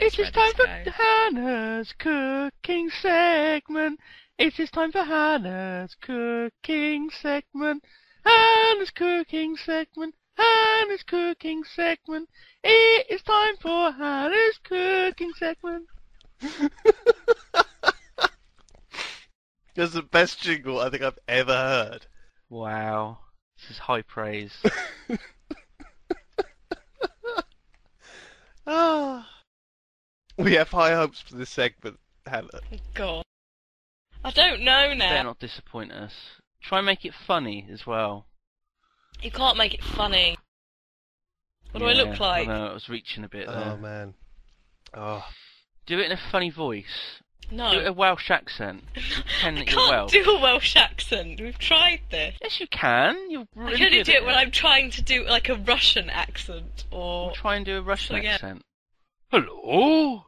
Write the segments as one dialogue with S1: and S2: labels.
S1: It is
S2: read
S1: time
S2: this
S1: for
S2: guy.
S1: Hannah's cooking segment. It is time for Hannah's cooking segment. Hannah's cooking segment. Hannah's cooking segment. It is time for Hannah's cooking segment.
S3: That's the best jingle I think I've ever heard.
S1: Wow. This is high praise.
S3: Ah. We have high hopes for this segment, Hannah.
S2: God. I don't know
S1: Better
S2: now.
S1: not disappoint us. Try and make it funny as well.
S2: You can't make it funny. What do I
S1: Yeah,
S2: look like?
S1: I know, I was reaching a bit there.
S3: Oh man. Oh.
S1: Do it in a funny voice. Do it in a
S2: No.
S1: Welsh accent. Pretend
S2: Oh. I
S1: that you're
S2: can't
S1: Welsh.
S2: do a Welsh accent. We've tried this.
S1: Yes, you can. You're really
S2: I can only
S1: good
S2: do
S1: at
S2: it when I'm trying to do like a Russian accent or
S1: We'll try and do a Russian
S2: Forget-
S1: accent. Hello,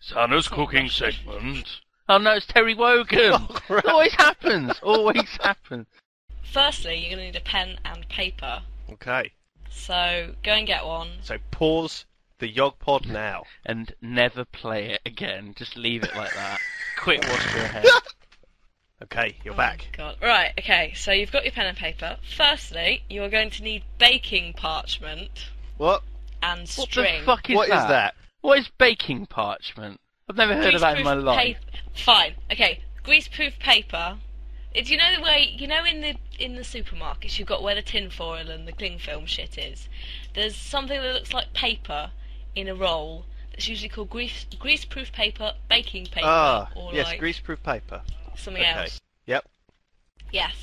S1: Santa's cooking segment. Oh no, it's Terry Wogan.
S3: Oh,
S1: It
S3: crap.
S1: always happens. Always happens.
S2: Firstly, you're going to need a pen and paper.
S3: Okay.
S2: So go and get one.
S3: So pause the Yog Pod now.
S1: And never play it again. Just leave it like that. Quit wash your head.
S3: Okay, you're
S2: Oh,
S3: back.
S2: God. Right, okay, so you've got your pen and paper. Firstly, you're going to need baking parchment
S3: What?
S2: and
S1: What
S2: string.
S1: the fuck is
S3: What is
S1: that?
S3: that?
S1: What is baking parchment? I've never heard of that in my
S2: Greaseproof
S1: life.
S2: pa- Fine, okay. Greaseproof paper. Uh, Do you know the way you know in the in the supermarkets you've got where the tin foil and the cling film shit is? There's something that looks like paper in a roll that's usually called grease greaseproof paper, baking paper,
S3: Ah,
S2: or
S3: yes,
S2: like
S3: greaseproof paper.
S2: something
S3: okay.
S2: else.
S3: Yep.
S2: Yes.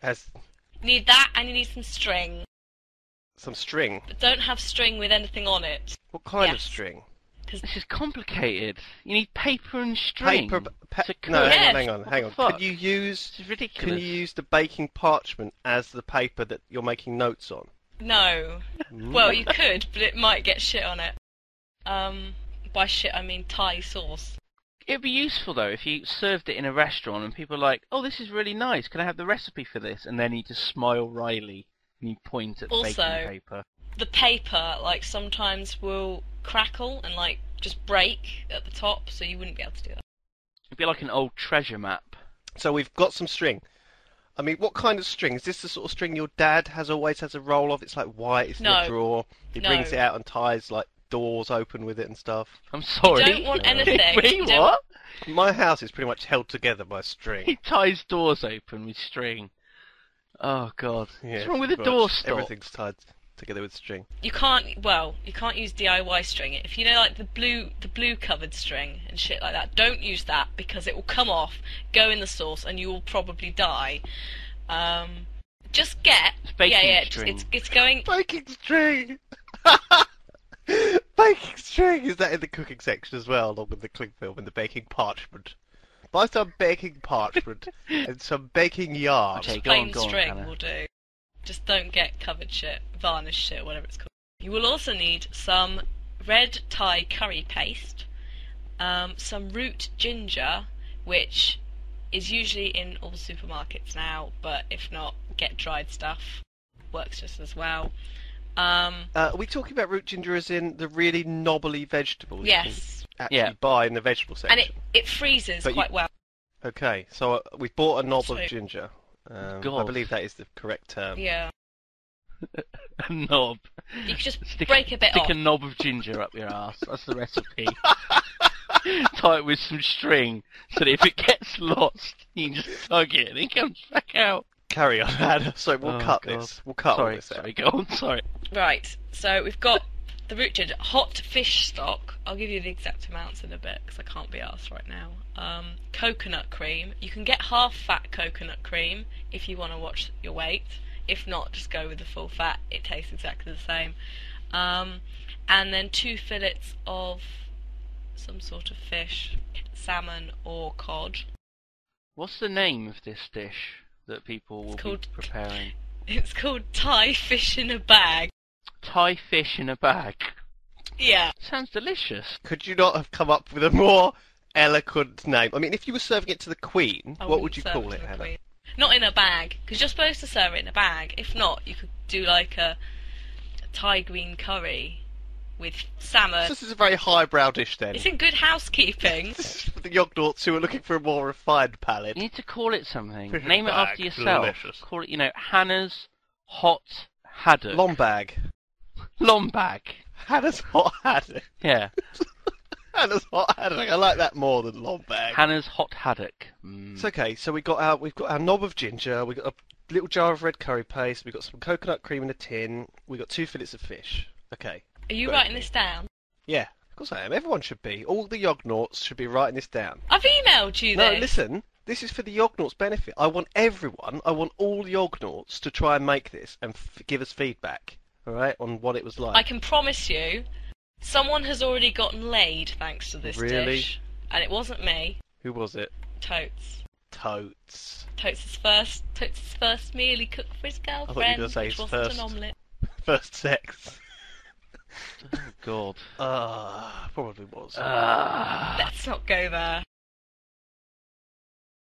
S3: Has
S2: You need that and you need some string.
S3: some string.
S2: But don't have string with anything on it.
S3: What kind of
S2: Yes.
S3: string?
S1: This is complicated. You need paper and string.
S3: Paper. Pa-
S1: to cook.
S3: no,
S2: Yes.
S3: hang on,
S1: What
S3: hang on, hang
S1: the
S3: on.
S1: fuck?
S3: Can you use?
S1: This is ridiculous.
S3: Can you use the baking parchment as the paper that you're making notes on?
S2: No.
S3: Mm.
S2: Well, you could, but it might get shit on it. Um, by shit I mean Thai sauce.
S1: It'd be useful though if you served it in a restaurant and people are like, "Oh, this is really nice. Can I have the recipe for this?" And then you just smile wryly and you point at the
S2: Also-
S1: baking paper.
S2: The paper, like, sometimes will crackle and, like, just break at the top, so you wouldn't be able to do that.
S1: It'd be like an old treasure map.
S3: So we've got some string. I mean, what kind of string? Is this the sort of string your dad has always has a roll of? It's like white, it's in
S2: No.
S3: a drawer. He
S2: No.
S3: brings it out and ties like doors open with it and stuff.
S1: I'm sorry.
S2: don't want anything.
S1: Wait,
S2: You don't-
S1: what?
S3: My house is pretty much held together by string.
S1: He ties doors open with string. Oh God.
S3: Yeah,
S1: What's wrong with the
S3: pretty
S1: door
S3: much
S1: stop?
S3: Everything's tied together with string.
S2: You can't, well, you can't use DIY string. If you know, like, the blue, the blue covered string and shit like that, don't use that because it will come off, go in the sauce, and you will probably die. Um, just get,
S1: It's
S2: yeah,
S1: baking
S2: yeah, it's,
S1: string.
S2: it's, it's going,
S3: Baking string. baking string is that in the cooking section as well, along with the cling film and the baking parchment. Buy some baking parchment and some baking yarn.
S1: Okay, go on,
S2: plain
S1: go on,
S2: string
S1: Hannah.
S2: will do. Just don't get covered shit, varnished shit, whatever it's called. You will also need some red Thai curry paste, um, some root ginger, which is usually in all the supermarkets now, but if not, get dried stuff. Works just as well. Um,
S3: Uh, are we talking about root ginger as in the really knobbly vegetables you can
S2: yes,
S3: actually
S1: Yeah.
S3: buy in the vegetable section?
S2: and it, it freezes
S3: But you-
S2: quite well.
S3: Okay, so uh, we bought a knob
S2: So-
S3: of ginger. Um, I
S1: God.
S3: believe that is the correct term.
S2: Yeah,
S1: A knob.
S2: you can just
S1: Stick,
S2: break a bit
S1: stick
S2: off.
S1: a knob of ginger up your ass. That's the recipe. Tie it with some string so that if it gets lost, you can just tug it and it comes back out.
S3: Carry on, Hannah. So we'll
S1: Oh,
S3: cut
S1: God.
S3: this. We'll cut all
S1: sorry,
S3: this out.
S1: sorry, go on, sorry.
S2: Right, so we've got the root ginger, hot fish stock. I'll give you the exact amounts in a bit because I can't be asked right now. Um, coconut cream. You can get half fat coconut cream if you want to watch your weight. If not, just go with the full fat. It tastes exactly the same. Um, and then two fillets of some sort of fish, salmon or cod.
S1: What's the name of this dish that people will
S2: It's
S1: be
S2: called-
S1: preparing?
S2: It's called Thai fish in a bag.
S1: Thai fish in a bag.
S2: Yeah.
S1: Sounds delicious.
S3: Could you not have come up with a more eloquent name? I mean, if you were serving it to the Queen,
S2: I
S3: what
S2: wouldn't
S3: would you
S2: Oh, serve
S3: call
S2: to
S3: it,
S2: the
S3: Hannah?
S2: Queen. Not in a bag, because you're supposed to serve it in a bag. If not, you could do like a, a Thai green curry with salmon.
S3: This is a very highbrow dish then.
S2: It's in good housekeeping.
S3: This is for the Yognauts who are looking for a more refined palate.
S1: You need to call it something.
S3: Fish in
S1: Name
S3: a
S1: it after
S3: bag.
S1: yourself.
S3: Delicious.
S1: Call it, you know, Hannah's Hot Haddock.
S3: Lombag.
S1: Lombag.
S3: Hannah's hot haddock.
S1: Yeah.
S3: Hannah's hot haddock. I like that more than lombag.
S1: Hannah's Hot Haddock. Mm.
S3: It's okay. So we got our we've got our knob of ginger. We got a little jar of red curry paste. We got some coconut cream in a tin. We got two fillets of fish. Okay.
S2: Are you
S3: Good.
S2: writing this down?
S3: Yeah. Of course I am. Everyone should be. All the Yognauts should be writing this down.
S2: I've emailed you
S3: No,
S2: this.
S3: listen. This is for the Yognauts' benefit. I want everyone, I want all Yognauts to try and make this and f- give us feedback, all right, on what it was like.
S2: I can promise you, someone has already gotten laid thanks to this
S3: Really?
S2: dish. And it wasn't me.
S3: Who was it?
S2: Totes.
S3: Totes.
S2: Totes' first Totes' first meal he cooked for his
S3: were
S2: girlfriend,
S3: gonna say
S2: which
S3: his
S2: wasn't
S3: first.
S2: an omelette.
S3: First sex.
S1: God.
S3: Ah, probably was.
S1: Ah.
S3: uh,
S2: Let's not go there.